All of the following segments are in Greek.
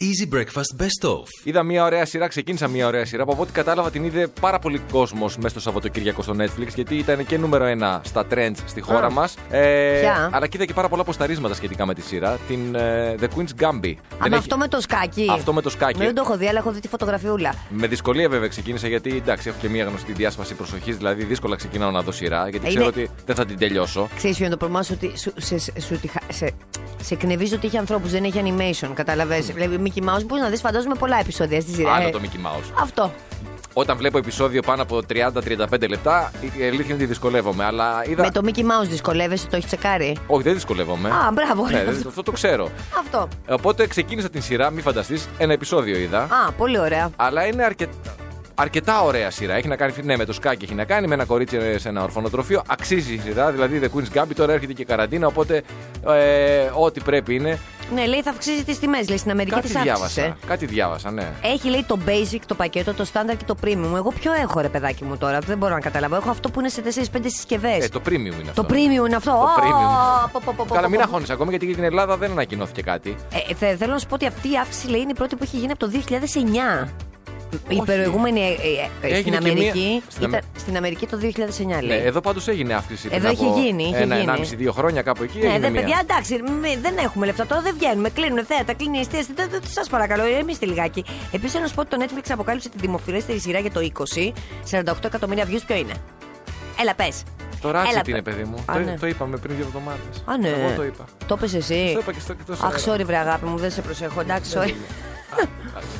Easy Breakfast Best Of. Είδα μια ωραία σειρά, ξεκίνησα μια ωραία σειρά που από ό,τι κατάλαβα την είδε πάρα πολύ κόσμος μέσα στο Σαββατοκύριακο στο Netflix γιατί ήταν και νούμερο ένα στα trends στη χώρα Α. μας. Ε, Ποια? αλλά και είδα και πάρα πολλά αποσταρίσματα σχετικά με τη σειρά. Την ε, The Queen's Gambit. Α, Δεν με έχει- αυτό με το σκάκι. Αυτό με το σκάκι. Δεν το έχω δει, αλλά έχω δει τη φωτογραφιούλα. Με δυσκολία βέβαια ξεκίνησα γιατί εντάξει, έχω και μια γνωστή διάσπαση προσοχής, δηλαδή δύσκολα ξεκινάω να δω σειρά γιατί Ε, ξέρω είναι- ότι δεν θα την τελειώσω. Ξέρεις ποιο είναι το πρόβλημα σου, ότι σου, σε, σε, σου τη χα- σε, σε εκνευρίζει ότι έχει ανθρώπους, δεν έχει animation. Καταλαβέ. Δηλαδή, Mickey Mouse μπορείς να δεις, φαντάζομαι πολλά επεισόδια στη σειρά. Άνω Ε, το Mickey Mouse. Αυτό. Όταν βλέπω επεισόδιο πάνω από 30-35 λεπτά, η αλήθεια είναι ότι δυσκολεύομαι. Αλλά είδα. Με το Mickey Mouse δυσκολεύεσαι, το έχεις τσεκάρει. Όχι, δεν δυσκολεύομαι. Α, μπράβο, Ναι, ρε. δεν- αυτό το ξέρω. Αυτό. Οπότε ξεκίνησα την σειρά, μη φανταστείς, ένα επεισόδιο είδα. Α, πολύ ωραία. Αλλά είναι αρκετά. Αρκετά ωραία σειρά. Έχει να κάνει ναι, με το σκάκι, έχει να κάνει με ένα κορίτσι ε, σε ένα ορφανοτροφείο. Αξίζει η σειρά, δηλαδή The Queen's Gambit. Τώρα έρχεται και η καραντίνα, οπότε ε, ό,τι πρέπει είναι. Ναι, λέει θα αυξήσει τις τιμές. Λέει στην Αμερική Κάτι τις αύξησε. διάβασα. Κάτι διάβασα, ναι. Έχει λέει το basic, το πακέτο, το standard και το premium. Εγώ ποιο έχω ρε παιδάκι μου τώρα, δεν μπορώ να καταλάβω. Έχω αυτό που είναι σε 4-5 συσκευές. Ε, το premium είναι αυτό. το premium είναι αυτό. Το Ω, premium. πω, πω, πω, πω, Καλά, πω, μην πω. αγχώνει ακόμα γιατί για την Ελλάδα δεν ανακοινώθηκε κάτι. Ε, θε- θέλω να σου πω ότι αυτή η αύξηση λέει είναι η πρώτη που έχει γίνει από το 2009. Η Όχι. προηγούμενη ε, ε, ε, Έγινε στην και μία- Αμερική στην ήταν- Αμε- στην Αμερική το 2009 Ναι, λέει. εδώ πάντως έγινε αύξηση. Εδώ πριν είχε από γίνει, είχε ένα, γίνει. δύο χρόνια κάπου εκεί. Ναι, έγινε δε, μία. παιδιά, εντάξει, μη- δεν έχουμε λεφτά τώρα, δεν βγαίνουμε. Κλείνουν θέατα, κλείνει η εστίαση. Δεν- δεν- Σας παρακαλώ, ηρεμήστε λιγάκι. Επίσης, θέλω να σου πω ότι το Netflix αποκάλυψε τη δημοφιλέστερη σειρά για το 20. 48 εκατομμύρια views, ποιο είναι. Έλα, πες. Το Έλα, Ratchet παι- είναι, παιδί μου. Α, το, ναι. το είπαμε πριν δύο εβδομάδες. Α, ναι. Εγώ το είπα. Το είπες εσύ. Το είπα και στο και στο Αχ, σέρα. sorry, βρε αγάπη μου, δεν σε προσέχω. Εντάξει, sorry.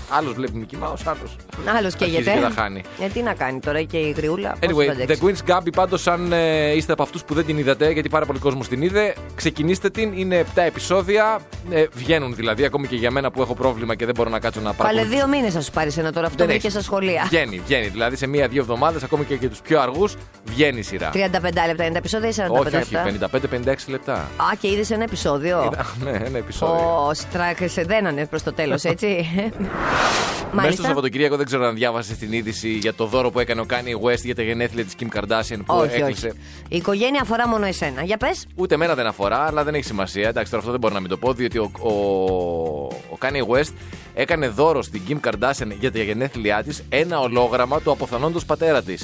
Άλλος βλέπει Mickey Mouse, άλλος. Άλλος καίγεται. Και τα χάνει. Ε, τι να κάνει τώρα και η γριούλα. πώς θα Anyway, The αντέξει. Queen's Gambit, πάντως, αν ε, είστε από αυτούς που δεν την είδατε, γιατί πάρα πολλοί κόσμος την είδε, ξεκινήστε την. Είναι 7 επεισόδια. Ε, βγαίνουν δηλαδή, ακόμη και για μένα που έχω πρόβλημα και δεν μπορώ να κάτσω να Πάλε πάρω. δύο μήνες θα σου πάρει ένα τώρα αυτό Δεν βρήκε έχει. στα σχολεία. Βγαίνει, βγαίνει. Δηλαδή σε μία-δύο εβδομάδες, ακόμη και για τους πιο αργούς, βγαίνει η σειρά. 35 λεπτά είναι τα επεισόδια ή 45 Όχι, όχι, λεπτά. 55-56 λεπτά. Α, και είδες ένα επεισόδιο. Είδα- Ναι, ένα επεισόδιο. Ω, τράχεσαι, δένανε προς το τέλος, έτσι. Μέσα στο Μάλιστα. Σαββατοκύριακο δεν ξέρω αν διάβασες την είδηση για το δώρο που έκανε ο Kanye West για τα γενέθλια της Kim Kardashian που Όχι, όχι. έκλεισε. Η οικογένεια αφορά μόνο εσένα. Για πες. Ούτε εμένα δεν αφορά, αλλά δεν έχει σημασία. Εντάξει, τώρα αυτό δεν μπορώ να μην το πω, διότι ο, ο, ο Kanye West έκανε δώρο στην Kim Kardashian για τα γενέθλιά της ένα ολόγραμμα του αποθανόντος πατέρα της.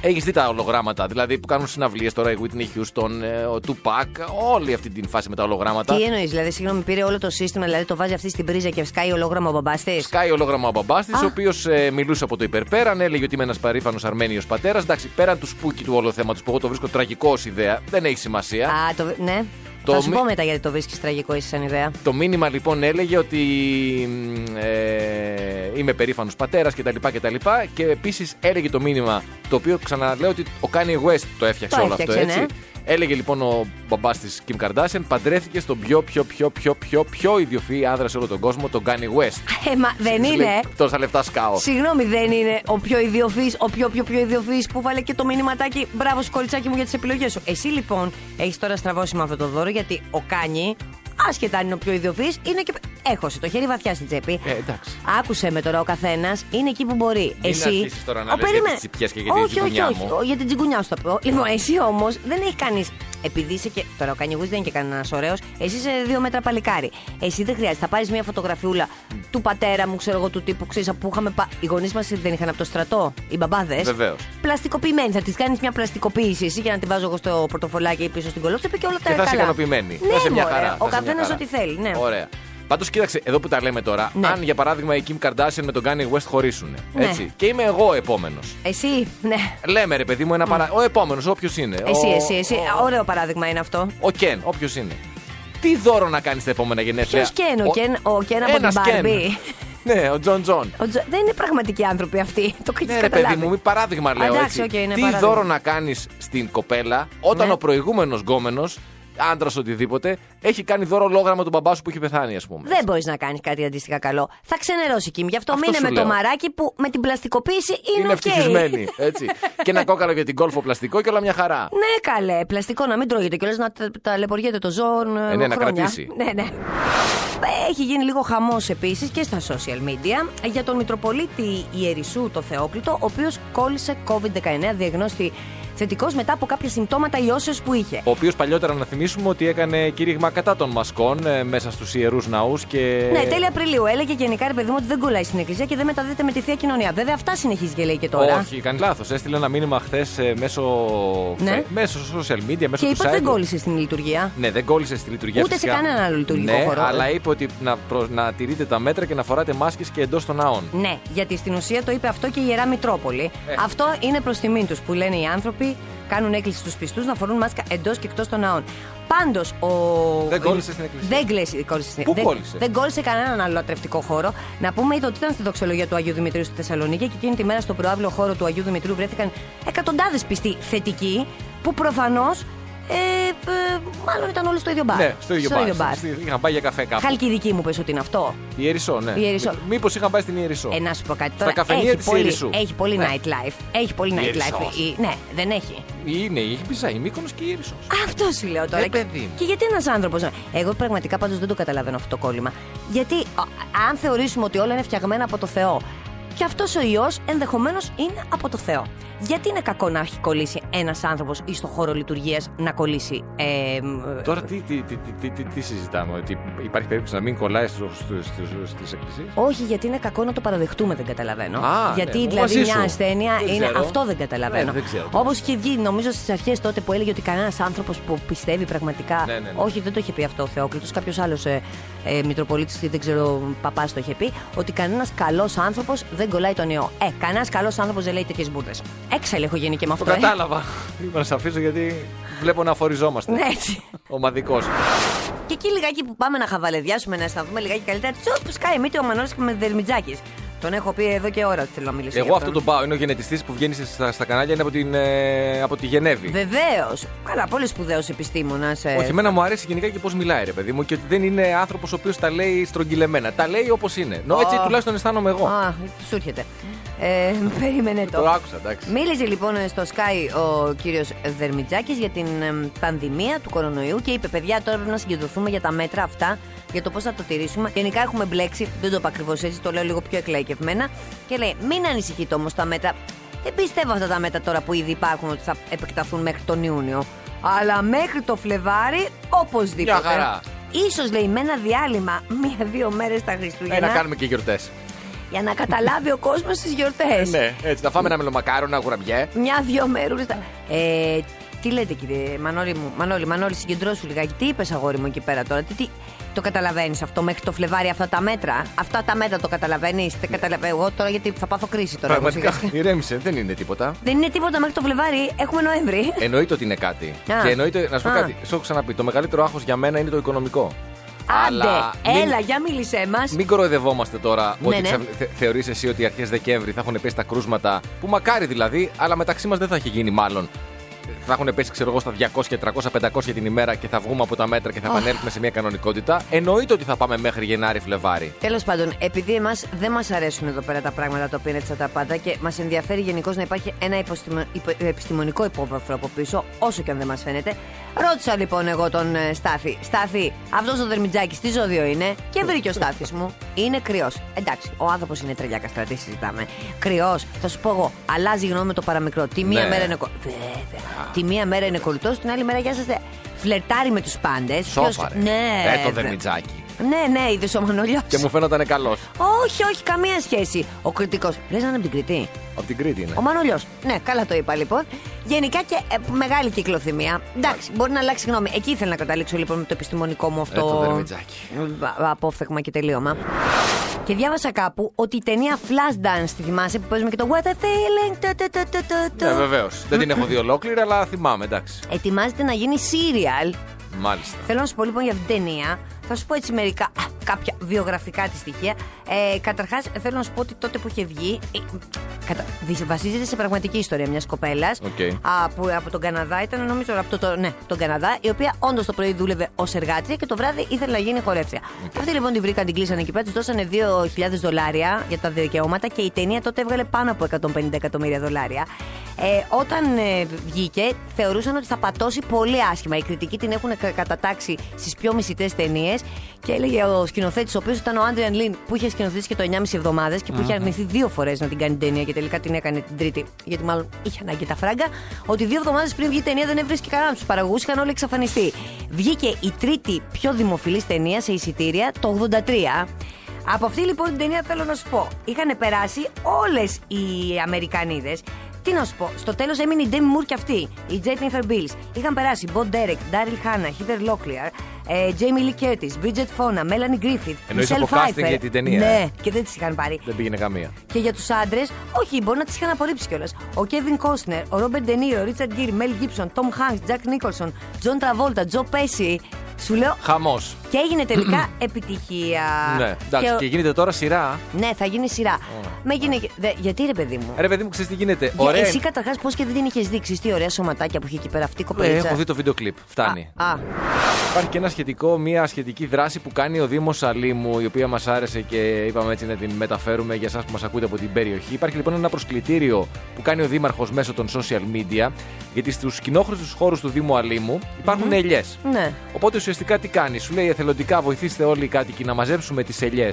Έχει δει τα ολογράμματα, δηλαδή που κάνουν συναυλίες τώρα η Whitney Houston, ε, ο Tupac, όλη αυτή την φάση με τα ολογράμματα. Τι εννοείς, δηλαδή, συγγνώμη, πήρε όλο το σύστημα, δηλαδή το βάζει αυτή στην πρίζα και σκάει ολόγραμμα ο μπαμπάς της. Σκάει ολόγραμμα ο μπαμπάς της, Α. ο οποίος μιλούσε από το υπερπέραν, έλεγε ότι είμαι ένας περήφανο Αρμένιος πατέρας. Εντάξει, πέραν του σπούκι του όλου θέματος που εγώ το βρίσκω τραγικό ως ιδέα, δεν έχει σημασία. Α, το, ναι. Το Θα σου μη- πω μετά γιατί το βρίσκεις τραγικό, είσαι σαν ιδέα. Το μήνυμα λοιπόν έλεγε ότι μ, ε, είμαι περήφανος πατέρας κτλ. κτλ. Και επίσης έλεγε το μήνυμα το οποίο ξαναλέω ότι ο Kanye West το έφτιαξε Το όλο αυτό έφτιαξε, έτσι. ναι. Έλεγε λοιπόν ο μπαμπάς της Kim Kardashian παντρέθηκε στον πιο πιο πιο πιο πιο πιο ιδιοφυή άνδρα σε όλο τον κόσμο, τον Kanye West. Ε, μα δεν Της είναι. λέει, Τόσα λεφτά σκάω. Συγγνώμη, δεν είναι ο πιο ιδιοφυής, ο πιο πιο πιο ιδιοφυής που βάλε και το μηνυματάκι. Μπράβο, σου, κοριτσάκι μου για τις επιλογές σου. Εσύ λοιπόν έχεις τώρα στραβώσει με αυτό το δώρο γιατί ο Κάνι, άσχετα αν είναι ο πιο ιδιοφυής, είναι και. Έχωσε το χέρι βαθιά στην τσέπη. Ε, εντάξει. Άκουσε με τώρα ο καθένας, είναι εκεί που μπορεί. Μην εσύ. αρχίσεις τώρα να Ω, λες για περίμενε. τις τσιπιές και για τη όχι, τσιγκουνιά όχι, όχι, μου. Ο, για την τσιγκουνιά σου το πω. Λοιπόν, εσύ όμως δεν έχει κάνει. Επειδή είσαι και. Τώρα ο Κάνι δεν είναι και κανένας ωραίος. Εσύ είσαι δύο μέτρα παλικάρι. Εσύ δεν χρειάζεται. Θα πάρεις μια φωτογραφιούλα του πατέρα μου, ξέρω εγώ, του τύπου ξέρεις που είχαμε. πα- Οι γονείς μας δεν είχαν από το στρατό, οι μπαμπάδες. Βεβαίως. Πλαστικοποιημένη. Θα της κάνεις μια πλαστικοποίηση εσύ για να τη βάζω εγώ στο πορτοφολάκι ή πίσω στην κολόψα και όλα τα Και θα καλά. είσαι ικανοποιημένη. Ναι, θα είσαι μια μωρέ, χαρά. Ο θα είσαι μια καθένας χαρά. ό,τι θέλει, ναι. Ωραία. Πάντως, κοίταξε, εδώ που τα λέμε τώρα, Ναι. αν για παράδειγμα η Kim Kardashian με τον Kanye West χωρίσουν. Ναι. Έτσι. Και είμαι εγώ επόμενος. Εσύ, ναι. Λέμε ρε παιδί μου ένα παρα... Ο επόμενος, όποιος είναι. Εσύ, ο... εσύ, εσύ. Ωραίο παράδειγμα είναι αυτό. Ο Κεν, όποιος είναι. Τι δώρο να κάνεις τα επόμενα γενέθλια. Ποιος Ken, ο Ken- ο Ken από Ένας την Ken. Barbie. ναι, ο Τζον Τζον. Ο Τζο- Δεν είναι πραγματικοί άνθρωποι αυτοί. Το έχεις Ναι, ρε καταλάβει. παιδί μου, μη παράδειγμα λέω. Εντάξει, έτσι. οκ, είναι Τι παράδειγμα. δώρο να κάνεις στην κοπέλα όταν Ναι. ο προηγούμενος γκόμενος, άντρας οτιδήποτε, έχει κάνει δώρο λόγραμμα του μπαμπά σου που έχει πεθάνει, ας πούμε. Δεν μπορείς να κάνεις κάτι αντίστοιχα καλό. Θα ξενερώσει η Κιμ. Γι' αυτό, Αυτό μείνε σου με λέω. το μαράκι που με την πλαστικοποίηση είναι, Είναι οκ. ευτυχισμένη. Έτσι. και ένα κόκαλο για την κόλφο πλαστικό και όλα μια χαρά. Ναι, καλέ. Πλαστικό να μην τρώγεται κιόλας να τα- ταλαιπωριέται το ζώο. Ε, ναι, να χρόνια. κρατήσει. Ναι, ναι. Έχει γίνει λίγο χαμός επίσης και στα social media για τον Μητροπολίτη Ιερισσού, το Θεόκλητο, ο οποίος κόλλησε COVID-19, διαγνώστη θετικός μετά από κάποια συμπτώματα ιώσεω που είχε. Ο οποίος παλιότερα να θυμίσουμε ότι έκανε κήρυγμα κατά των μασκών ε, μέσα στους ιερούς ναούς και. Ναι, τέλη Απριλίου. Έλεγε γενικά ρε παιδί μου ότι δεν κολλάει στην εκκλησία και δεν μεταδίδεται με τη θεία κοινωνία. Βέβαια, αυτά συνεχίζει και λέει και τώρα. Όχι, κάνει λάθος. Έστειλε ένα μήνυμα χθες μέσω... Ναι. φε- μέσω social media, μέσω του και είπα site ότι δεν του. κόλλησε στην λειτουργία. Ναι, δεν κόλλησε στη λειτουργία Ούτε σε φυσικά. κανένα άλλο λειτουργικό ναι, χώρο. Αλλά είπε ότι να, προ... να τηρείτε τα μέτρα και να φοράτε μάσκες και εντός των ναών. Ναι, γιατί στην ουσία το είπε αυτό και η Ιερά Μητρόπολη. Ε. Αυτό είναι προς τιμήν τους που λένε οι άνθρωποι, κάνουν έκκληση στους πιστούς να φορούν μάσκα εντός και εκτός των ναών. Πάντως ο. Δεν κόλλησε στην εκκλησία. Δεν κλέσει- κόλλησε στην Πού δεν- κόλλησε? Δεν κόλλησε κανέναν άλλο λατρευτικό χώρο. Να πούμε είδα ότι ήταν στη δοξολογία του Αγίου Δημητρίου στη Θεσσαλονίκη και εκείνη τη μέρα στο προάβλιο χώρο του Αγίου Δημητρίου βρέθηκαν εκατοντάδες πιστοί θετικοί που προφανώς. Ε, ε, μάλλον ήταν όλοι στο ίδιο μπαρ. Ναι, στο ίδιο μπαρ. Στη- Είχαν πάει για καφέ κάπου. Χαλκιδική μου πες ότι είναι αυτό. Η Ιερισσό, ναι. Η Ιερισσό. Μήπως είχαν πάει στην Ιερισσό. Ε, να σου πω κάτι Στα τώρα. καφενεία έχει της πολύ, Ιερισσού. Έχει πολύ Ναι. nightlife. Έχει πολύ Η nightlife. Ιερισσός. Η- Ναι, δεν έχει. Είναι η Ιππιζά, η Μύκονος και η Ιερισσό. Αυτό σου λέω τώρα. Ε, παιδί μου. και γιατί ένας άνθρωπος. Εγώ πραγματικά πάντως δεν το καταλαβαίνω αυτό το κόλλημα. Γιατί α, αν θεωρήσουμε ότι όλα είναι φτιαγμένα από το Θεό. Και αυτός ο ιός ενδεχομένως είναι από το Θεό. Γιατί είναι κακό να έχει κολλήσει ένας άνθρωπος ή στο χώρο λειτουργίας να κολλήσει. Ε, μ, Τώρα τι, τι, τι, τι, τι, τι, τι συζητάμε, ότι υπάρχει περίπτωση να μην κολλάει στου, στου, στου, στις εκκλησίες. Όχι, γιατί είναι κακό να το παραδεχτούμε, δεν καταλαβαίνω. Α, γιατί ναι, δηλαδή μαζί σου. μια ασθένεια Δεν είναι. ξέρω. Αυτό δεν καταλαβαίνω. Ναι, δεν ξέρω. Όπως είχε βγει, νομίζω στις αρχές τότε που έλεγε ότι κανένας άνθρωπος που πιστεύει πραγματικά. Ναι, ναι, ναι. Όχι, δεν το είχε πει αυτό ο Θεόκλητος. Κάποιος άλλος ε, ε, Μητροπολίτης, δεν ξέρω, παπάς το είχε πει. Ότι κανένας καλός άνθρωπος δεν κολλάει τον ιό. Ε, κανένας καλός άνθρωπος δεν λέει τέτοιες μπουρδες. Έξαλλη έχω γίνει και με Το αυτό. ε. κατάλαβα. Είπα να σε αφήσω γιατί βλέπω να αφοριζόμαστε. Ναι, έτσι. Ομαδικός. Και εκεί λιγάκι που πάμε να χαβαλεδιάσουμε, να αισθανθούμε λιγάκι καλύτερα. Τσουπ, σκάει μύτη ο Μανώλης και με Δερμιτζάκης. Τον έχω πει εδώ και ώρα ότι θέλω να μιλήσω. Εγώ γι' αυτό τον πάω. Είναι ο γενετιστής που βγαίνει στα, στα κανάλια, είναι από, την, ε, από τη Γενέβη. Βεβαίως. Καλά, πολύ σπουδαίος επιστήμονας. Ε. Όχι, εμένα μου αρέσει γενικά και πώς μιλάει, ρε παιδί μου, και ότι δεν είναι άνθρωπος ο οποίος τα λέει στρογγυλεμένα. Τα λέει όπως είναι. Νο, έτσι Α. τουλάχιστον αισθάνομαι εγώ. Α, σου έρχεται. Ε, περίμενε το. Το άκουσα, εντάξει. Μίλησε λοιπόν στο Sky ο κύριος Δερμιτζάκης για την εμ, πανδημία του κορονοϊού και είπε: Παιδιά, τώρα πρέπει να συγκεντρωθούμε για τα μέτρα αυτά, για το πώς θα το τηρήσουμε. Γενικά έχουμε μπλέξει, δεν το είπα ακριβώς έτσι, το λέω λίγο πιο εκλαϊκευμένα. Και λέει: Μην ανησυχείτε όμως τα μέτρα. Δεν πιστεύω αυτά τα μέτρα τώρα που ήδη υπάρχουν ότι θα επεκταθούν μέχρι τον Ιούνιο. Αλλά μέχρι το Φλεβάρι, οπωσδήποτε. Μια χαρά. Ίσως λέει με ένα διάλειμμα μία-δύο μέρες τα Χριστούγεννα Ε, να κάνουμε και γιορτές. για να καταλάβει ο κόσμος τις γιορτές. Ναι, έτσι. Να φάμε ένα μελομακάρο, ένα γουραμπιέ. Μια-δύο μέρες. Ε, τι λέτε κύριε Μανώλη μου, Μανώλη, Μανώλη συγκεντρώσου λιγάκι. Τι είπες αγόρι μου εκεί πέρα τώρα, τι, τι, το καταλαβαίνεις αυτό μέχρι το Φλεβάρι αυτά τα μέτρα. Αυτά τα μέτρα το καταλαβαίνεις, δεν καταλαβαίνω εγώ τώρα γιατί θα πάθω κρίση τώρα. εγώ Πραγματικά. σιγά-σιγά. Ηρέμησε, δεν είναι τίποτα. Δεν είναι τίποτα μέχρι το Φλεβάρι, έχουμε Νοέμβρη. Εννοείται ότι είναι κάτι. Α. Και εννοείται, να σου πω Α. κάτι, σου έχω ξαναπεί, το μεγαλύτερο άγχος για μένα είναι το οικονομικό. Αλλά Άντε, μην- έλα για μίλησέ μας. Μην κοροϊδευόμαστε τώρα Ναι, ότι ναι. ξαφ- θε, θεωρείς εσύ ότι αρχές Δεκέμβρη θα έχουν πέσει τα κρούσματα που μακάρι δηλαδή, αλλά μεταξύ μας δεν θα έχει γίνει μάλλον. Θα έχουν πέσει, ξέρω εγώ, στα 200, 300, 500 την ημέρα και θα βγούμε από τα μέτρα και θα Αχ. επανέλθουμε σε μια κανονικότητα. Εννοείται ότι θα πάμε μέχρι Γενάρη, Φλεβάρη. Τέλος πάντων, επειδή εμάς δεν μας αρέσουν εδώ πέρα τα πράγματα τα οποία είναι τα πάντα και μας ενδιαφέρει γενικώς να υπάρχει ένα υποστημο- υπο- επιστημονικό υπόβαθρο από πίσω, όσο και αν δεν μας φαίνεται, ρώτησα λοιπόν εγώ τον ε, Στάθη. Στάθη, αυτός ο δερμιτζάκης τι ζώδιο είναι, και βρήκε ο Στάθης μου. Είναι κρυός. Εντάξει, ο άνθρωπος είναι τρελιά καστρά, τι συζητάμε. Κρυός, θα σου πω εγώ, αλλάζει γνώμη με το παραμικρό. Τη μία Ναι. μέρα είναι, κο- Βέβαια. Τη μία μέρα είναι κολλητός, την άλλη μέρα γιάζεστε. Φλερτάρει με τους πάντες. Σόφαρε. Ναι. Ε, το δερμιτζάκι. Ναι, ναι, είδες ο Μανολιός. Και μου φαίνονταν καλός. Όχι, όχι, καμία σχέση. Ο κριτικός. Λες να είναι από την Κριτή. Από την Κρήτη είναι. Ο Μανολιός. Ναι, καλά το είπα λοιπόν. Γενικά και ε, μεγάλη κυκλοθυμία. Εντάξει, μπορεί να αλλάξει γνώμη. Εκεί ήθελα να καταλήξω λοιπόν με το επιστημονικό μου αυτό. Ε, το δερμιτζάκι. βα- Απόφθεγμα και τελείωμα. Και διάβασα κάπου ότι η ταινία Flashdance, τη θυμάσαι που παίζουμε και το What a feeling. τα- τα- τα- τα- τα- τα. Ναι, βεβαίως. δεν την έχω δει ολόκληρη, αλλά θυμάμαι, εντάξει. Ετοιμάζεται να γίνει serial Μάλιστα. Θέλω να σου πω λοιπόν για αυτήν την ταινία. Θα σου πω έτσι μερικά α, κάποια βιογραφικά τη στοιχεία. Ε, Καταρχάς, θέλω να σου πω ότι τότε που είχε βγει. ε, κατα- δι- βασίζεται σε πραγματική ιστορία μιας κοπέλας. Οκ. Από, από τον Καναδά, ήταν νομίζω από το, το- ναι, τον Καναδά, η οποία όντως το πρωί δούλευε ως εργάτρια και το βράδυ ήθελε να γίνει χορεύτρια. Αυτή λοιπόν τη βρήκαν, την κλείσανε εκεί πέρα, της δώσανε 2.000 δολάρια για τα δικαιώματα και η ταινία τότε έβγαλε πάνω από 150 εκατομμύρια δολάρια. Ε, όταν ε, βγήκε, θεωρούσαν ότι θα πατώσει πολύ άσχημα. Οι κριτικοί την έχουν κα- κατατάξει στις πιο μισητές ταινίες Και έλεγε ο σκηνοθέτης, ο οποίος ήταν ο Άντριαν Λίν, που είχε σκηνοθετήσει και το 9,5 εβδομάδες και που είχε αρνηθεί δύο φορές να την κάνει ταινία και τελικά την έκανε την τρίτη. Γιατί μάλλον είχε ανάγκη τα φράγκα. Ότι δύο εβδομάδες πριν βγει η ταινία δεν έβρισκε κανέναν τους παραγωγούς, είχαν όλοι εξαφανιστεί. Βγήκε η τρίτη πιο δημοφιλής ταινία σε εισιτήρια το 83. Από αυτή λοιπόν την ταινία θέλω να σου πω. Είχαν περάσει όλες οι Αμερικανίδες. Τι να σου πω, στο τέλος έμεινε η Ντέμι Μουρ και αυτή, η Τζέτνιφερ Μπίλ. Είχαν περάσει Μπον Ντέρεκ, Ντάριλ Χάνα, Χίτερ Λόκλιαρ, Τζέιμι Λι Κέρτη, Μπρίτζετ Φώνα, Μέλανι Γκρίφιθ. Εννοείς από casting για την ταινία, Ναι, ε. και δεν τις είχαν πάρει. Δεν πήγαινε καμία. Και για τους άντρες, όχι, μπορεί να τις είχαν απορρίψει κιόλας. Ο Κέβιν Κόστνερ, ο Ρόμπερτ Ντενίρο, ο Ρίτσαρντ Γκίρι, Μέλ Γκίψον, Τόμ Χάγκ, Τζακ Νίκολσον, Τζον Τραβόλτα, Τζο Πέση. Σου λέω. Χαμός. Και έγινε τελικά επιτυχία. Ναι, εντάξει, Και και... ο- γίνεται τώρα σειρά. ναι, θα γίνει σειρά. Με γίνει. δε- γιατί ρε, παιδί μου. Ρε παιδί μου, ξέρεις τι γίνεται. Για- Ε, Ωραία. Εσύ είναι. καταρχάς πώς και δεν την είχες δείξει. Τι ωραία σωματάκια που είχε εκεί πέρα αυτή η Ε, κοπελίτσα. έχω δει το βίντεο κλιπ. Φτάνει. Α, α, Υπάρχει και ένα σχετικό, μια σχετική δράση που κάνει ο Δήμος Αλήμου, η οποία μας άρεσε και είπαμε έτσι να την μεταφέρουμε για εσάς που μας ακούτε από την περιοχή. Υπάρχει λοιπόν ένα προσκλητήριο που κάνει ο Δήμαρχος μέσω των social media, γιατί στους κοινόχρηστους χώρους του Δήμου Αλήμου υπάρχουν ελιές. ναι. Οπότε ουσιαστικά τι κάνεις, σου λέει εθελοντικά βοηθήστε όλοι οι κάτοικοι να μαζέψουμε τις ελιές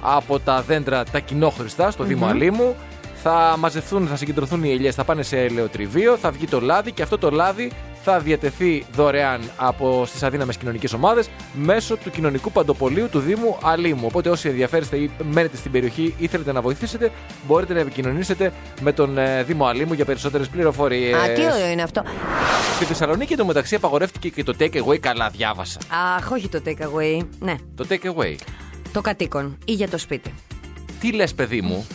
από τα δέντρα τα κοινόχρηστα στο Δήμο Αλήμου. Θα μαζευτούν, θα συγκεντρωθούν οι ελιές, θα πάνε σε ελαιοτριβείο, θα βγει το λάδι και αυτό το λάδι θα διατεθεί δωρεάν από στις αδύναμες κοινωνικές ομάδες μέσω του κοινωνικού παντοπολίου του Δήμου Αλήμου. Οπότε όσοι ενδιαφέρεστε ή μένετε στην περιοχή ή θέλετε να βοηθήσετε, μπορείτε να επικοινωνήσετε με τον ε, Δήμο Αλήμου για περισσότερες πληροφορίες. Α, τι ωραίο είναι αυτό. Στη Θεσσαλονίκη εντωμεταξύ απαγορεύτηκε και το take away, καλά διάβασα. Αχ, όχι το take away. Ναι, Το take away. το κατοίκον ή για το σπίτι. Τι λες, παιδί μου,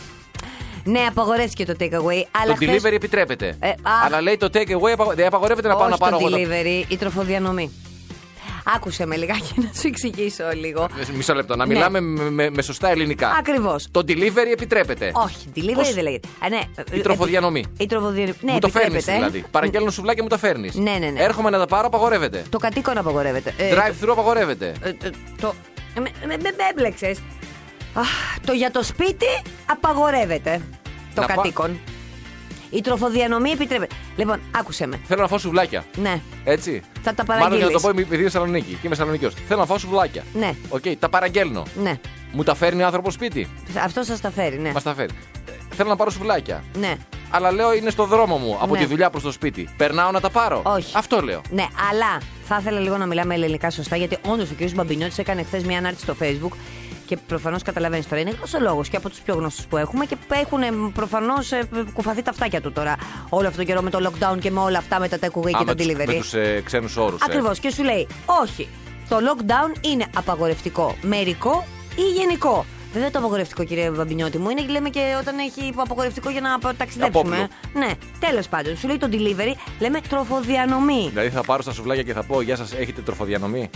Ναι, απαγορεύτηκε το take away. το Αλλά χθες- delivery επιτρέπεται. Ε, α. αλλά λέει το take away απαγο- δεν απαγορεύεται να πάω όχι να πάρω το εγώ. το- delivery, η τροφοδιανομή. Άκουσε με λιγάκι να σου εξηγήσω λίγο. Ε, Μισό λεπτό, να Ναι. μιλάμε με, με- με σωστά ελληνικά. Ακριβώς. Το delivery επιτρέπεται. Όχι, delivery Πώς? δεν λέγεται. Α, ναι, ε, Η τροφοδιανομή. ε, Η τροφοδιανομή. Ναι, μου το φέρνεις επιτρέπεται. δηλαδή. Παραγγέλνω σουβλάκια μου τα φέρνεις. Ναι, ναι, ναι. Έρχομαι να τα πάρω, απαγορεύεται. Το κατοίκον απαγορεύεται. Ε, Drive-thru απαγορεύεται. Ε, ε, το. ε, Με, με, με, με έμπλεξες. Αχ, το για το σπίτι απαγορεύεται. Το Να πα- κατοίκον. Η τροφοδιανομή επιτρέπεται. Λοιπόν, άκουσε με. Θέλω να φάω σουβλάκια. Ναι. Έτσι. Θα τα Μάλλον για να το παραγγείλεις. πω, είμαι- επειδή είμαι Θεσσαλονίκη και είμαι Θεσσαλονικιό. Θέλω να φάω σουβλάκια. Ναι. Οκ, τα παραγγέλνω. Ναι. Μου τα φέρνει άνθρωπος σπίτι. Αυτό σας τα φέρει, ναι. Μας τα φέρνει. Ε, Θέλω να πάρω σουβλάκια. Ναι. Αλλά λέω είναι στο δρόμο μου από Ναι. τη δουλειά προς το σπίτι. Περνάω να τα πάρω. Όχι. Αυτό λέω. Ναι, αλλά θα ήθελα λίγο να μιλάμε ελληνικά σωστά, γιατί όντως ο κ. Μπαμπινιώτης έκανε χθες μια ανάρτηση στο Facebook και προφανώς καταλαβαίνεις τώρα. Είναι γλωσσολόγο και από τους πιο γνωστούς που έχουμε και έχουν προφανώ κουφαθεί τα φτάκια του τώρα όλο αυτό τον καιρό με το lockdown και με όλα αυτά με τα takeaway Α, με και τα τους- delivery. Με τους ε, ξένους όρους. Ακριβώς. Και σου λέει, όχι. Το lockdown είναι απαγορευτικό. Μερικό ή γενικό. Βέβαια το απαγορευτικό, κύριε Βαμπινιώτη μου, είναι λέμε και όταν έχει απαγορευτικό για να ταξιδέψουμε. Απόπλο. Ναι, τέλος πάντων. Σου λέει το delivery, λέμε τροφοδιανομή. Δηλαδή θα πάρω στα σουβλάκια και θα πω Γεια σας, έχετε τροφοδιανομή.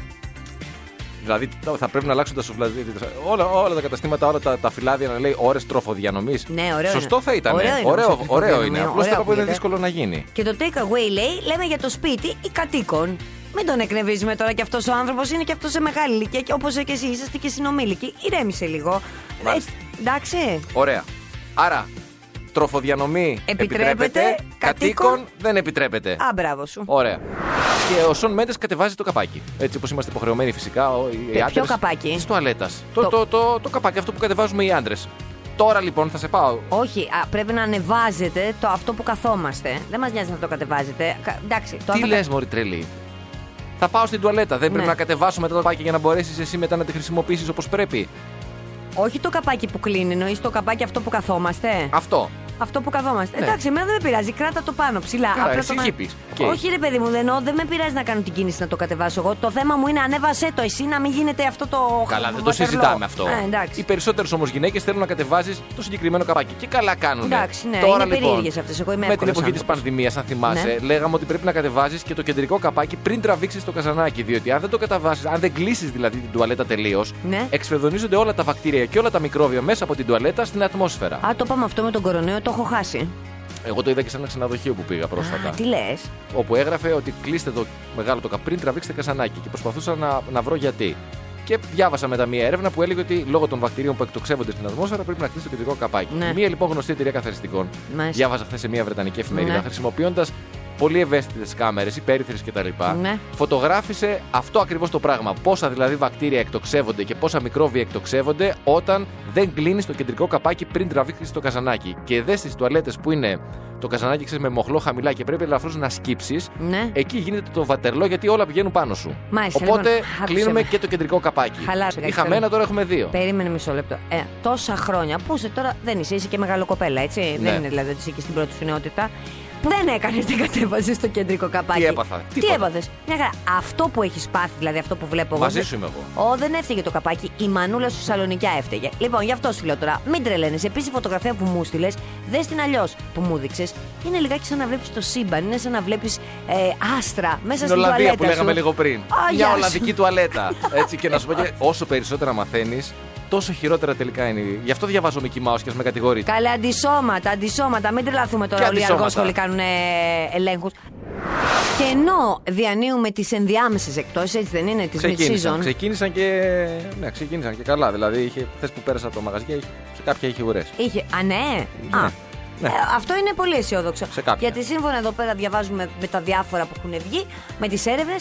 Δηλαδή τα- θα πρέπει να αλλάξουν τα σουβλάκια. Όλα, όλα τα καταστήματα, όλα τα, τα φυλάδια να λέει ώρες τροφοδιανομής. Ναι, ωραίο Σωστό είναι. θα ήταν. ε. Ωραίο είναι ωραίο, όμως το ωραίο είναι. τροφοδιανομή, Απλώ ωραίο το πω είναι ακούγεται. δύσκολο να γίνει. Και το take away λέει, λέμε για το σπίτι ή κατοίκον. Μην τον εκνευρίζουμε τώρα και αυτός ο άνθρωπος είναι και αυτός σε μεγάλη ηλικία και όπως και εσύ είσαστε και συνομήλικοι. Ηρέμησε λίγο. Μάλιστα. Ε, εντάξει. Ωραία. Άρα, τροφοδιανομή Επιτρέπεται, κατοίκων κατοίκων δεν επιτρέπεται. Α, μπράβο σου. Ωραία. Και ο Σον Μέντες κατεβάζει το καπάκι. Έτσι όπως είμαστε υποχρεωμένοι φυσικά. Ο, οι Ποιο άντρες καπάκι? Της τουαλέτας. Το... Το, Το- το, το καπάκι αυτό που κατεβάζουμε οι άντρες. Τώρα λοιπόν θα σε πάω. Όχι, α, πρέπει να ανεβάζετε το αυτό που καθόμαστε. Δεν μας νοιάζει να το κατεβάζετε. Κα- εντάξει, το Τι άμα- λε, Μωρή τρελή. Θα πάω στην τουαλέτα. Δεν πρέπει Ναι. να κατεβάσω μετά το καπάκι για να μπορέσεις εσύ μετά να τη χρησιμοποιήσεις όπως πρέπει. Όχι το καπάκι που κλείνει, εννοείς το καπάκι αυτό που καθόμαστε. Αυτό. Αυτό που καθόμαστε. Ναι. Εντάξει, εμένα δεν με πειράζει. Κράτα το πάνω ψηλά. Καλά, Απλά εσύ το... hippies. Οκ. Όχι, ρε παιδί μου, δεν, εννοώ, δεν με πειράζει να κάνω την κίνηση να το κατεβάσω εγώ. Το θέμα μου είναι ανέβασέ το εσύ να μην γίνεται αυτό το. Καλά, δεν το βατερλό. συζητάμε αυτό. Ε, εντάξει. Οι περισσότερες όμως γυναίκες θέλουν να κατεβάζει το συγκεκριμένο καπάκι. Και καλά κάνουν. Εντάξει, ναι, είναι περίεργες αυτές. Εγώ είμαι με την εύκολος εποχή της άνθρωπος. πανδημίας, αν θυμάσαι, Ναι. λέγαμε ότι πρέπει να κατεβάζεις και το κεντρικό καπάκι πριν τραβήξεις το καζανάκι. Διότι αν δεν το κατεβάσει, αν δεν κλείσεις δηλαδή την τουαλέτα τελείως, Ναι. εξφεδονίζονται όλα τα βακτήρια και όλα τα μικρόβια μέσα από την τουαλέτα στην ατμόσφαιρα. Α, το πάμε αυτό με τον κορονοϊό, το έχω χάσει. Εγώ το είδα και σε ένα ξενοδοχείο που πήγα πρόσφατα. Α, τι λες. όπου έγραφε ότι κλείστε το μεγάλο το καπ πριν τραβήξετε κασανάκι και προσπαθούσα να, να βρω γιατί. Και διάβασα μετά μία έρευνα που έλεγε ότι λόγω των βακτηρίων που εκτοξεύονται στην ατμόσφαιρα πρέπει να κλείσει το κεντρικό καπάκι. Ναι. Μία λοιπόν γνωστή εταιρεία καθαριστικών. Μάλιστα. Διάβαζα χθες σε μία βρετανική εφημερίδα Ναι. χρησιμοποιώντας πολύ ευαίσθητες κάμερες, υπέρυθρες κτλ. Ναι. Φωτογράφησε αυτό ακριβώς το πράγμα. Πόσα δηλαδή βακτήρια εκτοξεύονται και πόσα μικρόβια εκτοξεύονται όταν δεν κλείνεις το κεντρικό καπάκι πριν τραβήξεις το καζανάκι. Και δε στις τουαλέτες που είναι το καζανάκι ξέρεις, με μοχλό χαμηλά και πρέπει ελαφρώς να σκύψεις, Ναι. εκεί γίνεται το βατερλό γιατί όλα πηγαίνουν πάνω σου. Μάλιστα, Οπότε λοιπόν, άκουσε κλείνουμε με. και το κεντρικό καπάκι. Χαλάρωσε, κάτι Είχαμε θέλω. ένα, τώρα έχουμε δύο. Περίμενε μισό λεπτό. Ε, τόσα χρόνια που είσαι τώρα, δεν είσαι, είσαι και μεγάλο κοπέλα, έτσι. Ναι. Δεν είναι δηλαδή ότι είσαι και στην πρώτη σου νεότητα. Που δεν έκανες την κατέβαση στο κεντρικό καπάκι. Τι έπαθα, Τι τίποτα. έπαθε. Μια χαρά. Αυτό που έχεις πάθει, δηλαδή αυτό που βλέπω εγώ. Μαζί δεν- σου είμαι εγώ. Ω, δεν έφταιγε το καπάκι. Η μανούλα σου σαλονικιά έφταιγε. Λοιπόν, γι' αυτό σου λέω τώρα. Μην τρελαίνεσαι. Επίσης, η φωτογραφία που μου στείλες, δες την αλλιώς που μου δείξε. Είναι λιγάκι σαν να βλέπεις το σύμπαν. Είναι σαν να βλέπεις άστρα μέσα Στην Ολλανδία τουαλέτα που λέγαμε σου. λίγο πριν. Α, γεια Μια σου. Ολλανδική τουαλέτα. Έτσι, και να σου πω και όσο περισσότερα μαθαίνεις, τόσο χειρότερα τελικά είναι. Γι' αυτό διαβάζω Μικη Mouse και ας με κατηγορείτε. Καλά, αντισώματα, αντισώματα. Μην τρελαθούμε Και τώρα. Όλοι οι αντισώματα. αργόσχολοι κάνουν ε, ελέγχους. Και ενώ διανύουμε τις ενδιάμεσες εκτό, έτσι δεν είναι, τη mid Ξεκίνησαν, season. ξεκίνησαν και. Ναι, ξεκίνησαν και καλά. Δηλαδή, είχε, θες που πέρασα από το μαγαζί και είχε- σε κάποια είχε ουρές. Είχε. Α, ναι. Α. Ναι. Ε, αυτό είναι πολύ αισιόδοξο. Σε κάποια. Γιατί σύμφωνα εδώ πέρα διαβάζουμε με τα διάφορα που έχουν βγει, με τις έρευνες,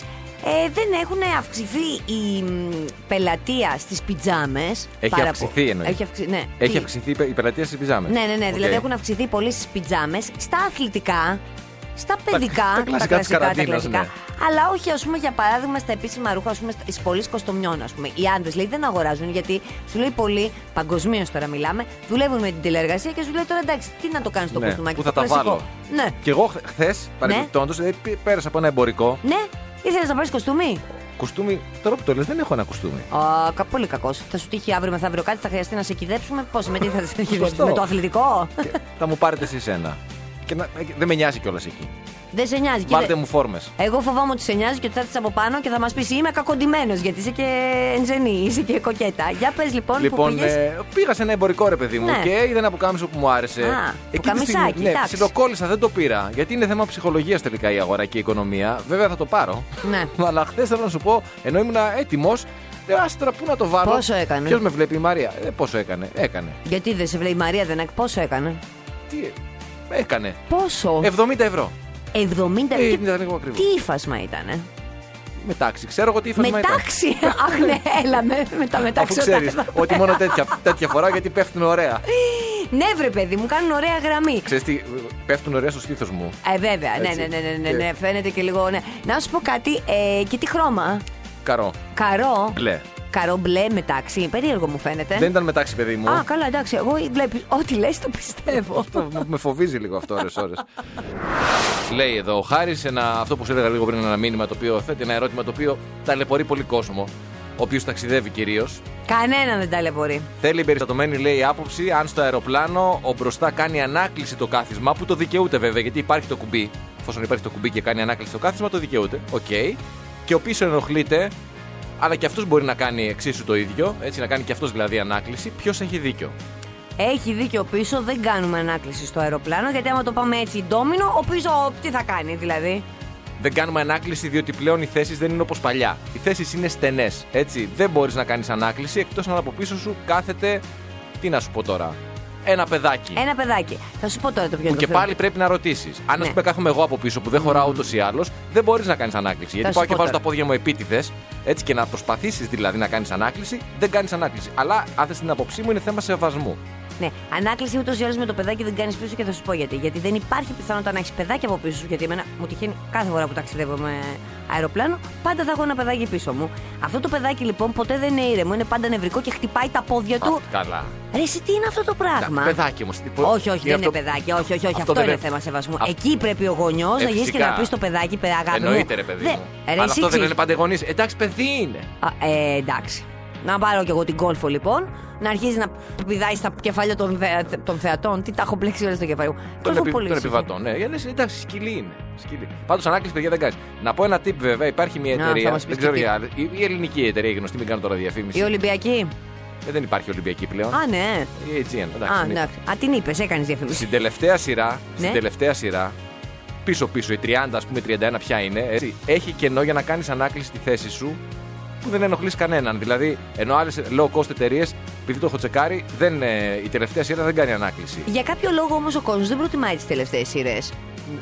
δεν έχουν αυξηθεί η μ, πελατεία στις πιτζάμες. Έχει αυξηθεί, εννοείς. Έχει αυξη... ναι. Έχει Τι? αυξηθεί η πελατεία στις πιζάμε. Ναι, ναι, ναι. Δηλαδή έχουν αυξηθεί πολύ στις πιτζάμες, στα αθλητικά, στα παιδικά, τα κλασικά της τα καραντίνας, κλασικά. ναι. Αλλά όχι, ας πούμε, για παράδειγμα, στα επίσημα ρούχα, ας πούμε, στι πολλέ κοστομιών, ας πούμε. Οι άντρες λέει δεν αγοράζουν γιατί σου λέει πολλοί, παγκοσμίως τώρα μιλάμε, δουλεύουν με την τηλεργασία και σου λέει τώρα εντάξει, τι να το κάνεις το Ναι, κοστούμάκι. πού το θα τα κλασικό. βάλω. Ναι, Και εγώ χθε, παρεμπιπτόντω, πέρασα ε, από ένα εμπορικό. ναι. Ήθελες να πάρεις κοστούμι. Κουστούμι, τώρα που το λες, δεν έχω ένα κουστούμι. Α, κα- πολύ κακός. Θα σου τύχει αύριο μεθαύριο κάτι, θα χρειαστεί να σε κυδέψουμε. Πώς, με τι θα σε κυδέψουμε, με το αθλητικό. Και θα μου πάρετε εσείς ένα. Και να- ε, δεν με νοιάζει κιόλας εκεί. Δεν σε νοιάζει. κύριε. Πάρτε μου φόρμες. Εγώ φοβάμαι ότι σε νοιάζει και ότι θα έρθεις από πάνω και θα μας πεις Είμαι κακοντημένο γιατί είσαι και εντζενή, είσαι και κοκέτα. Για πες λοιπόν, που Λοιπόν, πήγες... ε, πήγα σε ένα εμπορικό ρε παιδί μου Ναι. και είδα ένα πουκάμισο που μου άρεσε. Α, Εκεί τη πουκαμισάκι, στιγμή- Ναι, εντάξει. ψιλοκόλλησα, δεν το πήρα. Γιατί είναι θέμα ψυχολογίας τελικά η αγορά και η οικονομία. Βέβαια θα το πάρω. Ναι. Αλλά χθες θέλω να σου πω, ενώ ήμουν έτοιμος, λέω άστρα πού να το βάλω. Πόσο έκανε? Ποιος με βλέπει η Μαρία. Ε, πόσο έκανε. Έκανε. Γιατί δεν σε βλέπει η Μαρία Δενάκη, πόσο έκανε. Τι. Έκανε. Πόσο. 70 ευρώ. 70 Ε, και- ήταν λίγο ακριβό. Τι ύφασμα ήταν. ε? Με τάξη. Ξέρω εγώ τι ύφασμα ήταν. Μετάξι. Αχ, ναι, έλα με, με τα Αφού μετάξι. ξέρει ότι μόνο τέτοια, τέτοια φορά γιατί πέφτουν ωραία. Ναι, βρε παιδί μου, κάνουν ωραία γραμμή. Ξέρεις τι, πέφτουν ωραία στο στήθος μου. Ε, βέβαια, ναι, Έτσι. ναι, ναι, ναι, ναι, Και- ναι, φαίνεται και λίγο. Ναι. Να σου πω κάτι, ε, και τι χρώμα. Καρό. Καρό. Μπλε. Καρό μπλε μετάξι. Περίεργο μου φαίνεται. Δεν ήταν μετάξι, παιδί μου. Ε. Α, καλά, εντάξει. Εγώ βλέπει. Ό,τι λες, το πιστεύω. Αυτό με- με φοβίζει λίγο αυτό ώρες ώρες. Λέει εδώ ο Χάρης ένα, αυτό που σου έλεγα λίγο πριν ένα μήνυμα το οποίο θέτει ένα ερώτημα το οποίο ταλαιπωρεί πολύ κόσμο ο οποίος ταξιδεύει κυρίως. Κανένα δεν ταλαιπωρεί. Θέλει περιστατωμένη λέει άποψη αν στο αεροπλάνο ο μπροστά κάνει ανάκληση το κάθισμα που το δικαιούται βέβαια γιατί υπάρχει το κουμπί. Εφόσον υπάρχει το κουμπί και κάνει ανάκληση το κάθισμα το δικαιούται. Οκ. Και ο πίσω ενοχλείται αλλά και αυτός μπορεί να κάνει εξίσου το ίδιο, έτσι να κάνει και αυτός δηλαδή ανάκληση. Ποιος έχει δίκιο. Έχει δίκιο πίσω, δεν κάνουμε ανάκληση στο αεροπλάνο γιατί άμα το πάμε έτσι ντόμινο, ο πίσω τι θα κάνει δηλαδή. Δεν κάνουμε ανάκληση διότι πλέον οι θέσεις δεν είναι όπως παλιά. Οι θέσεις είναι στενές. Έτσι, δεν μπορείς να κάνεις ανάκληση εκτός αν από πίσω σου κάθεται. Τι να σου πω τώρα. Ένα παιδάκι. Ένα παιδάκι. Θα σου πω τώρα το πιο που και ενδιαφέρον. πάλι πρέπει να ρωτήσεις. Αν, α Ναι. πούμε, κάθομαι εγώ από πίσω που δεν χωράω ούτως ή άλλως, δεν μπορείς να κάνεις ανάκληση. Γιατί σου πάω και πω βάζω τα τώρα. πόδια μου επίτηδες. Έτσι και να προσπαθήσεις δηλαδή να κάνεις ανάκληση, δεν κάνεις ανάκληση. Αλλά αν θες την άποψή μου, είναι θέμα σεβασμού. Ναι, ανάκληση ούτως ή άλλως με το παιδάκι δεν κάνεις πίσω και θα σου πω γιατί. Γιατί δεν υπάρχει πιθανότητα να έχεις παιδάκι από πίσω σου. Γιατί εμένα μου τυχαίνει κάθε φορά που ταξιδεύω με αεροπλάνο, πάντα θα έχω ένα παιδάκι πίσω μου. Αυτό το παιδάκι λοιπόν ποτέ δεν είναι ήρεμο, είναι πάντα νευρικό και χτυπάει τα πόδια του. Α, Καλά. Ρε, εσύ τι είναι αυτό το πράγμα. Εντάξει, Παιδάκι όμως. Όχι, όχι, δεν είναι παιδάκι. Όχι, όχι, όχι. αυτό Αυτό, δεν είναι είναι. θέμα σεβασμού. Α- Εκεί πρέπει ο γονιός Ε, να γυρίσει και φυσικά. να πει στο παιδάκι, παιδά, αγάπη μου. Εννοείται ρε παιδί Δε- μου. Ρε, Αλλά εσύ αυτό δεν ξύλι. είναι παντεγονή. Εντάξει, παιδί είναι. Α, ε, εντάξει. Να πάρω κι εγώ την κόλφο λοιπόν, να αρχίζει να πηδάει στα κεφάλια των, δε- των θεατών. Τι τα έχω μπλέξει όλα στο κεφάλι μου. Των, Τόσο επι, πολύ των ήσυχη. επιβατών. Ναι, Γιατί λες, εντάξει, σκυλή είναι. Σκυλή. Πάντως, ανάκληση, παιδιά δεν κάνεις. Να πω ένα tip, βέβαια. Υπάρχει μια Να, εταιρεία. θα μας δεν πεις ξέρω και για άλλες. Η, η ελληνική εταιρεία, η γνωστή, μην κάνω τώρα διαφήμιση. Η Ολυμπιακή. Ε, δεν υπάρχει Ολυμπιακή πλέον. Α, ναι. Η AGN, εντάξει. ναι. Α, είναι. εντάξει. Α, την είπες, έκανες διαφήμιση. Στην τελευταία σειρά, στην Ναι. τελευταία σειρά, πίσω-πίσω, η 30, ας πούμε, 31 πια είναι, έτσι, έχει κενό για να κάνεις ανάκληση στη θέση σου που δεν ενοχλείς κανέναν. Δηλαδή, ενώ άλλες low cost εταιρείες επειδή το έχω τσεκάρει, δεν, ε, η τελευταία σειρά δεν κάνει ανάκληση. Για κάποιο λόγο όμως ο κόσμος δεν προτιμάει τις τελευταίες σειρές.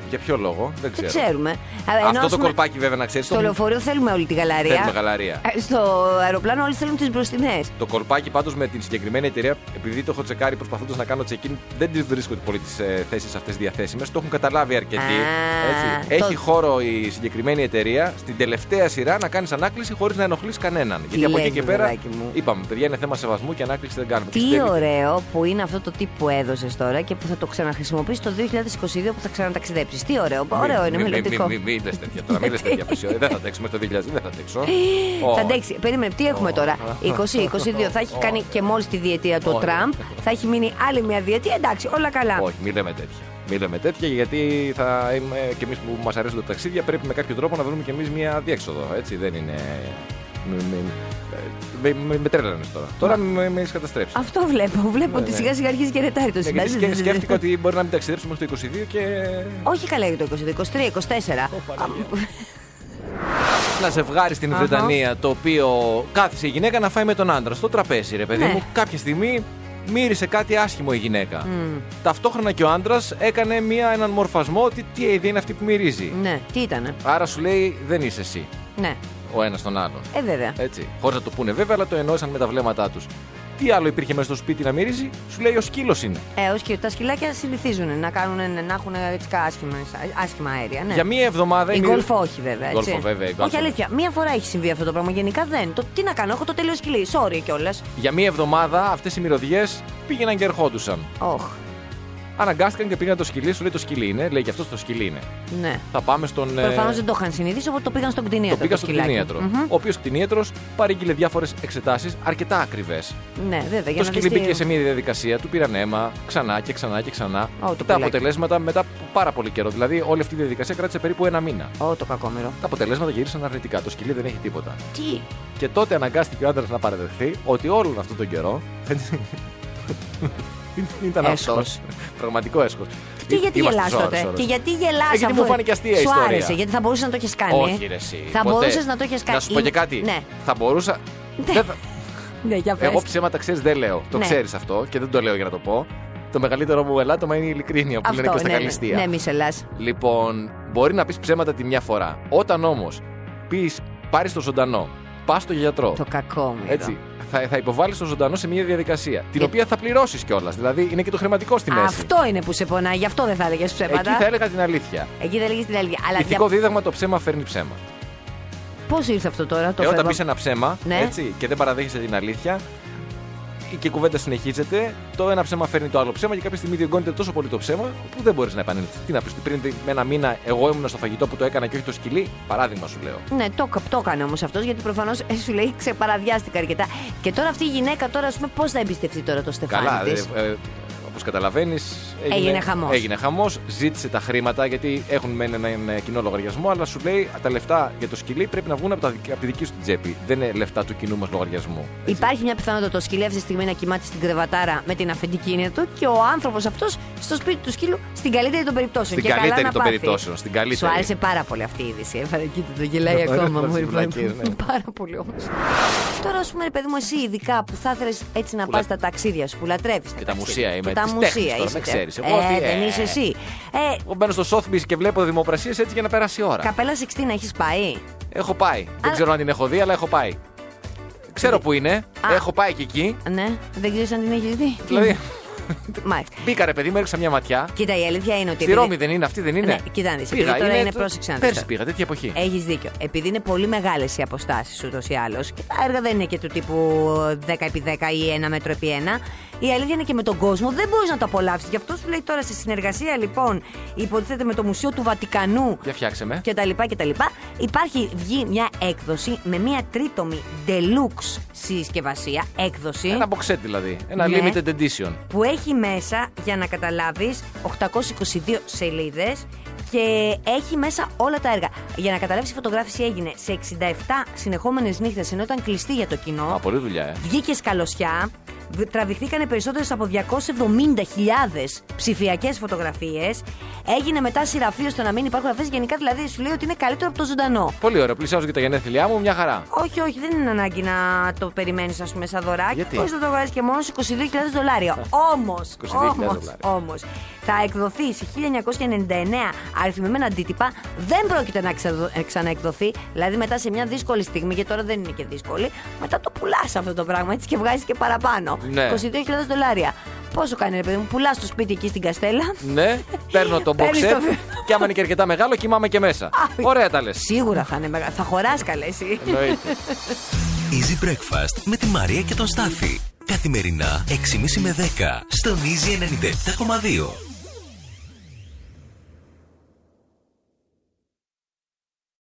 Για ποιο λόγο, δεν ξέρω. Δεν ξέρουμε. Αλλά ενώ, Αυτό ας το πούμε, κορπάκι βέβαια να ξέρεις. Στο λεωφορείο θέλουμε όλη τη γαλαρία. Θέλουμε γαλαρία. Ε, Στο αεροπλάνο όλοι θέλουν τις μπροστινές. Το κορπάκι πάντως με την συγκεκριμένη εταιρεία, επειδή το έχω τσεκάρει προσπαθώντας να κάνω check-in, δεν τις βρίσκω πολύ τις ε, θέσεις αυτές διαθέσιμες. Το έχουν καταλάβει αρκετοί. Α, έτσι. το- Έχει χώρο η συγκεκριμένη εταιρεία στην τελευταία σειρά να κάνεις ανάκληση χωρίς να ενοχλείς κανέναν. Γιατί από εκεί λες, και πέρα παιδάκι μου. είπαμε, παιδιά, είναι θέμα σεβασμού και ανάκληση δεν κάνουμε. Και Τι στην τελική- ωραίο που είναι αυτό το τύπο που έδωσες τώρα και που θα το ξαναχρησιμοποιήσεις το 2022 που θα ξαναταξιδέψεις. Τι ωραίο, ωραίο είναι, μελλοντικό. Μην λες τέτοια τώρα, μην λες τέτοια απεσιόδη. Δεν θα αντέξω μέχρι το 2000, δεν θα αντέξω. Θα Όχι. αντέξεις. Περίμενε, τι έχουμε Ω. τώρα. 20-22 θα έχει κάνει και μόλις τη διετία του ο Όχι. Τραμπ. Θα έχει μείνει άλλη μια διετία. Εντάξει, όλα καλά. Όχι, μην λέμε τέτοια. Μην λέμε τέτοια γιατί θα είμαι και εμείς που μας αρέσουν τα ταξίδια πρέπει με κάποιο τρόπο να βρούμε και εμείς μια διέξοδο. Έτσι δεν είναι. Μη- μη- Με, με, με τρέλανε τώρα. Τώρα με, με έχεις καταστρέψει. Αυτό βλέπω. Βλέπω Ναι, ότι ναι. σιγά σιγά αρχίζει και ρετάρει το Ναι, γιατί σκέ- συμπέρασμα. σκέφτηκα ότι μπορεί να μην ταξιδέψουμε μέχρι το 22 και. Όχι καλά για το 22, 23, 24. Ένα ζευγάρι στην Αχα. Βρετανία το οποίο κάθισε η γυναίκα να φάει με τον άντρα στο τραπέζι, ρε παιδί Ναι. μου. Κάποια στιγμή μύρισε κάτι άσχημο η γυναίκα. Ταυτόχρονα και ο άντρας έκανε μία, έναν μορφασμό ότι τι αιδία είναι αυτή που μυρίζει. Ναι, τι ήτανε. Άρα σου λέει δεν είσαι εσύ Ναι. ο ένας τον άλλον. Ε, βέβαια. Έτσι. Χωρίς να το πούνε βέβαια, αλλά το εννοούσαν με τα βλέμματά τους. Τι άλλο υπήρχε μέσα στο σπίτι να μυρίζει, σου λέει ο σκύλος είναι. Ε, ως και τα σκυλάκια συνηθίζουν να, κάνουν, να έχουν έτσι κα- άσχημα, άσχημα αέρια. Ναι. Για μία εβδομάδα Η μυρι- γκολφ όχι βέβαια. Η Έτσι. γκολφ, βέβαια, η γκολφ. όχι αλήθεια. Μία φορά έχει συμβεί αυτό το πράγμα. Γενικά δεν. Το, τι να κάνω, έχω το τέλειο σκυλί. Sorry κιόλας. Για μία εβδομάδα αυτές οι μυρωδιές πήγαιναν και ερχόντουσαν. Οχ. Αναγκάστηκαν και πήγαν το σκυλί, σου λέει το σκυλί είναι, λέει και αυτό το σκυλί είναι. Ναι. Θα πάμε στον. ε, Προφανώς δεν το είχαν συνηθίσει, οπότε το πήγαν στον κτηνίατρο. Το πήγα στον σκυλάκι. κτηνίατρο. Μμμ. Ο οποίος κτηνίατρος παρήγγειλε διάφορες εξετάσεις αρκετά ακριβές. Ναι, βέβαια. Για Το να σκυλί δεις τι- μπήκε σε μια διαδικασία, του πήραν αίμα ξανά και ξανά και ξανά. Ω, το τα πουλάκι. αποτελέσματα μετά από πάρα πολύ καιρό. Δηλαδή, όλη αυτή η διαδικασία κράτησε περίπου ένα μήνα. Ω, το κακόμερο. Τα αποτελέσματα γυρίσαν αρνητικά. Το σκυλί δεν έχει τίποτα. Τι. Και τότε αναγκάστηκε ο άντρας να παραδεχθεί ότι όλον αυτόν τον καιρό. έτσι, ήταν αυτός. Έσχος. Πραγματικό έσχος. Τι γιατί γελάς τότε. Και γιατί γελάς Ε, γιατί αφού- μου φάνηκε αστεία η Σου ιστορία. άρεσε, γιατί θα μπορούσες να το έχεις κάνει. Όχι, ρε, εσύ. Θα Ποτέ. μπορούσες να το έχεις κάνει. Να σου πω και κάτι. Ναι, Θα μπορούσα. Δεν θα- ναι για πες. Εγώ ψέματα ξέρεις δεν λέω. Το Ναι. ξέρεις αυτό και δεν το λέω για να το πω. Το μεγαλύτερο μου ελάττωμα είναι η ειλικρίνεια που λένε και στα ναι, ναι, καλλιστεία. ναι, μη σε λας. Λοιπόν, μπορεί να πεις ψέματα τη μια φορά. Όταν όμως πεις, πάρεις το ζωντανό, πας στο γιατρό. Το κακόμερο. Έτσι. Θα, θα υποβάλεις το ζωντανό σε μια διαδικασία. Την Και- οποία θα πληρώσεις κιόλας. Δηλαδή είναι και το χρηματικό στη μέση. Ε. Αυτό είναι που σε πονάει, γι' αυτό δεν θα έλεγε Εκεί ψέματα. θα έλεγα την αλήθεια. Εκεί δεν έλεγες την αλήθεια. Αλλά Ηθικό δίδαγμα το ψέμα φέρνει ψέμα. πώς ήρθε αυτό τώρα το ε, όταν φεύγω. πεις ένα ψέμα Ναι. έτσι, και δεν παραδέχεσαι την αλήθεια και η κουβέντα συνεχίζεται, το ένα ψέμα φέρνει το άλλο ψέμα και κάποια στιγμή διωγγώνεται τόσο πολύ το ψέμα που δεν μπορείς να επανέλθεις. Τι να πεις, πριν ένα μήνα εγώ ήμουν στο φαγητό που το έκανα και όχι το σκυλί. Παράδειγμα σου λέω. Ναι, το, το έκανε όμως αυτός γιατί προφανώς σου λέει ξεπαραδιάστηκα αρκετά. Και τώρα αυτή η γυναίκα τώρα, ας πούμε, πώς θα εμπιστευτεί τώρα το στεφάνι Καλά, της. ε, ε, όπως καταλαβαίνεις. Έγινε χαμός. Έγινε χαμός, ζήτησε τα χρήματα γιατί έχουν μεν έναν ε, κοινό λογαριασμό, αλλά σου λέει τα λεφτά για το σκυλί πρέπει να βγουν από, τα, από τη δική σου την τσέπη. Δεν είναι λεφτά του κοινού μας λογαριασμού. Υπάρχει μια πιθανότητα το σκυλί αυτή τη στιγμή να κοιμάται στην κρεβατάρα με την αφεντική του και ο άνθρωπος αυτός στο σπίτι του σκύλου στην καλύτερη των περιπτώσεων. Στην και καλύτερη καλά των να πάθεις. περιπτώσεων, στην καλύτερη. Σου άρεσε πάρα πολύ αυτή η είδηση. Έφαρε, κοίτα, το γελάει Ωραία, ακόμα. τώρα μου στις ήρθε. βλακίες, ναι. Πάρα πολύ όμως. Τώρα, ας πούμε, ρε παιδί μου, εσύ ειδικά που θα ήθελε έτσι να Που πα λα- στα ταξίδια σου, που λατρεύεις. τα μουσεία είμαι, Και τα της τέχνης μουσεία τώρα, είσαι. με ξέρεις. Εγώ Ε, ότι, δεν ε, είσαι εσύ. Ε, Εγώ μπαίνω στο Sotheby's και βλέπω δημοπρασίες έτσι για να περάσει η ώρα. καπέλα 16 να έχεις πάει. Έχω πάει. Δεν Αλλά- ξέρω αν την έχω δει, αλλά έχω πάει. Ξέρω που είναι. Α. Έχω πάει και εκεί. Ναι, δεν ξέρεις αν την έχεις δει. Τι Δηλαδή, είναι. Μάλιστα. μπήκα ρε παιδί μου, έριξα μια ματιά. Κοίτα, η αλήθεια είναι ότι. Στη Ρώμη δεν είναι, αυτή δεν είναι. Ναι, κοίτα να δεις, επειδή τώρα είναι, πρόσεξε να δεις Ε, Πέρσι τώρα. πήγα, τέτοια εποχή. Έχεις δίκιο. Επειδή είναι πολύ μεγάλες οι αποστάσεις ούτως ή άλλως και τα έργα δεν είναι και του τύπου 10x10 ή 1 μέτρο επί 1, η αλήθεια είναι και με τον κόσμο δεν μπορείς να το απολαύσεις. Γι' αυτό σου λέει τώρα σε συνεργασία λοιπόν, υποτίθεται με το Μουσείο του Βατικανού Για φτιάξε με. και τα λοιπά και τα λοιπά. Υπάρχει, βγει μια έκδοση με μια τρίτομη deluxe συσκευασία, έκδοση, Ένα boxset δηλαδή. Ένα Ναι. limited edition. που έχει μέσα, για να καταλάβεις, 822 σελίδες και έχει μέσα όλα τα έργα. Για να καταλάβεις η φωτογράφηση έγινε σε 67 συνεχόμενες νύχτες ενώ ήταν κλειστή για το κοινό. Α, πολλή δουλειά, ε. Βγήκε σκαλωσιά, τραβηχθήκανε περισσότερε από 270.000 ψηφιακές φωτογραφίες. Έγινε μετά σειραφείο στο να μην υπάρχουν αυτές. Γενικά δηλαδή σου λέει ότι είναι καλύτερο από το ζωντανό. Πολύ ωραία. Πλησιάζω και τα γενέθλιά μου, μια χαρά. Όχι, όχι, δεν είναι ανάγκη να το περιμένεις, ας πούμε, σαν δωράκι. Γιατί? Μπορείς να το αγοράσει και μόνο 22.000 δολάρια. Όμως, 22.000 όμως, δολάρια. όμως, θα εκδοθείς σε 1999 αριθμημένα αντίτυπα. Δεν πρόκειται να ξαδο- ε, ξαναεκδοθεί. Δηλαδή, μετά σε μια δύσκολη στιγμή, γιατί τώρα δεν είναι και δύσκολη, μετά το πουλάς αυτό το πράγμα έτσι και βγάζεις και παραπάνω. Ναι. 22.000 δολάρια. Πόσο κάνει, ρε παιδί μου, πουλάς το σπίτι εκεί στην Καστέλα. Ναι, παίρνω το box Παίρνεις set το- και άμα είναι και αρκετά μεγάλο, κοιμάμαι και μέσα. Ωραία τα λες. Σίγουρα θα είναι μεγάλο. Θα χωράς καλέ εσύ. Εννοείται. Easy Breakfast με τη Μαρία και τον Στάφη. Καθημερινά 6.30 με 10 στον Easy 97.2.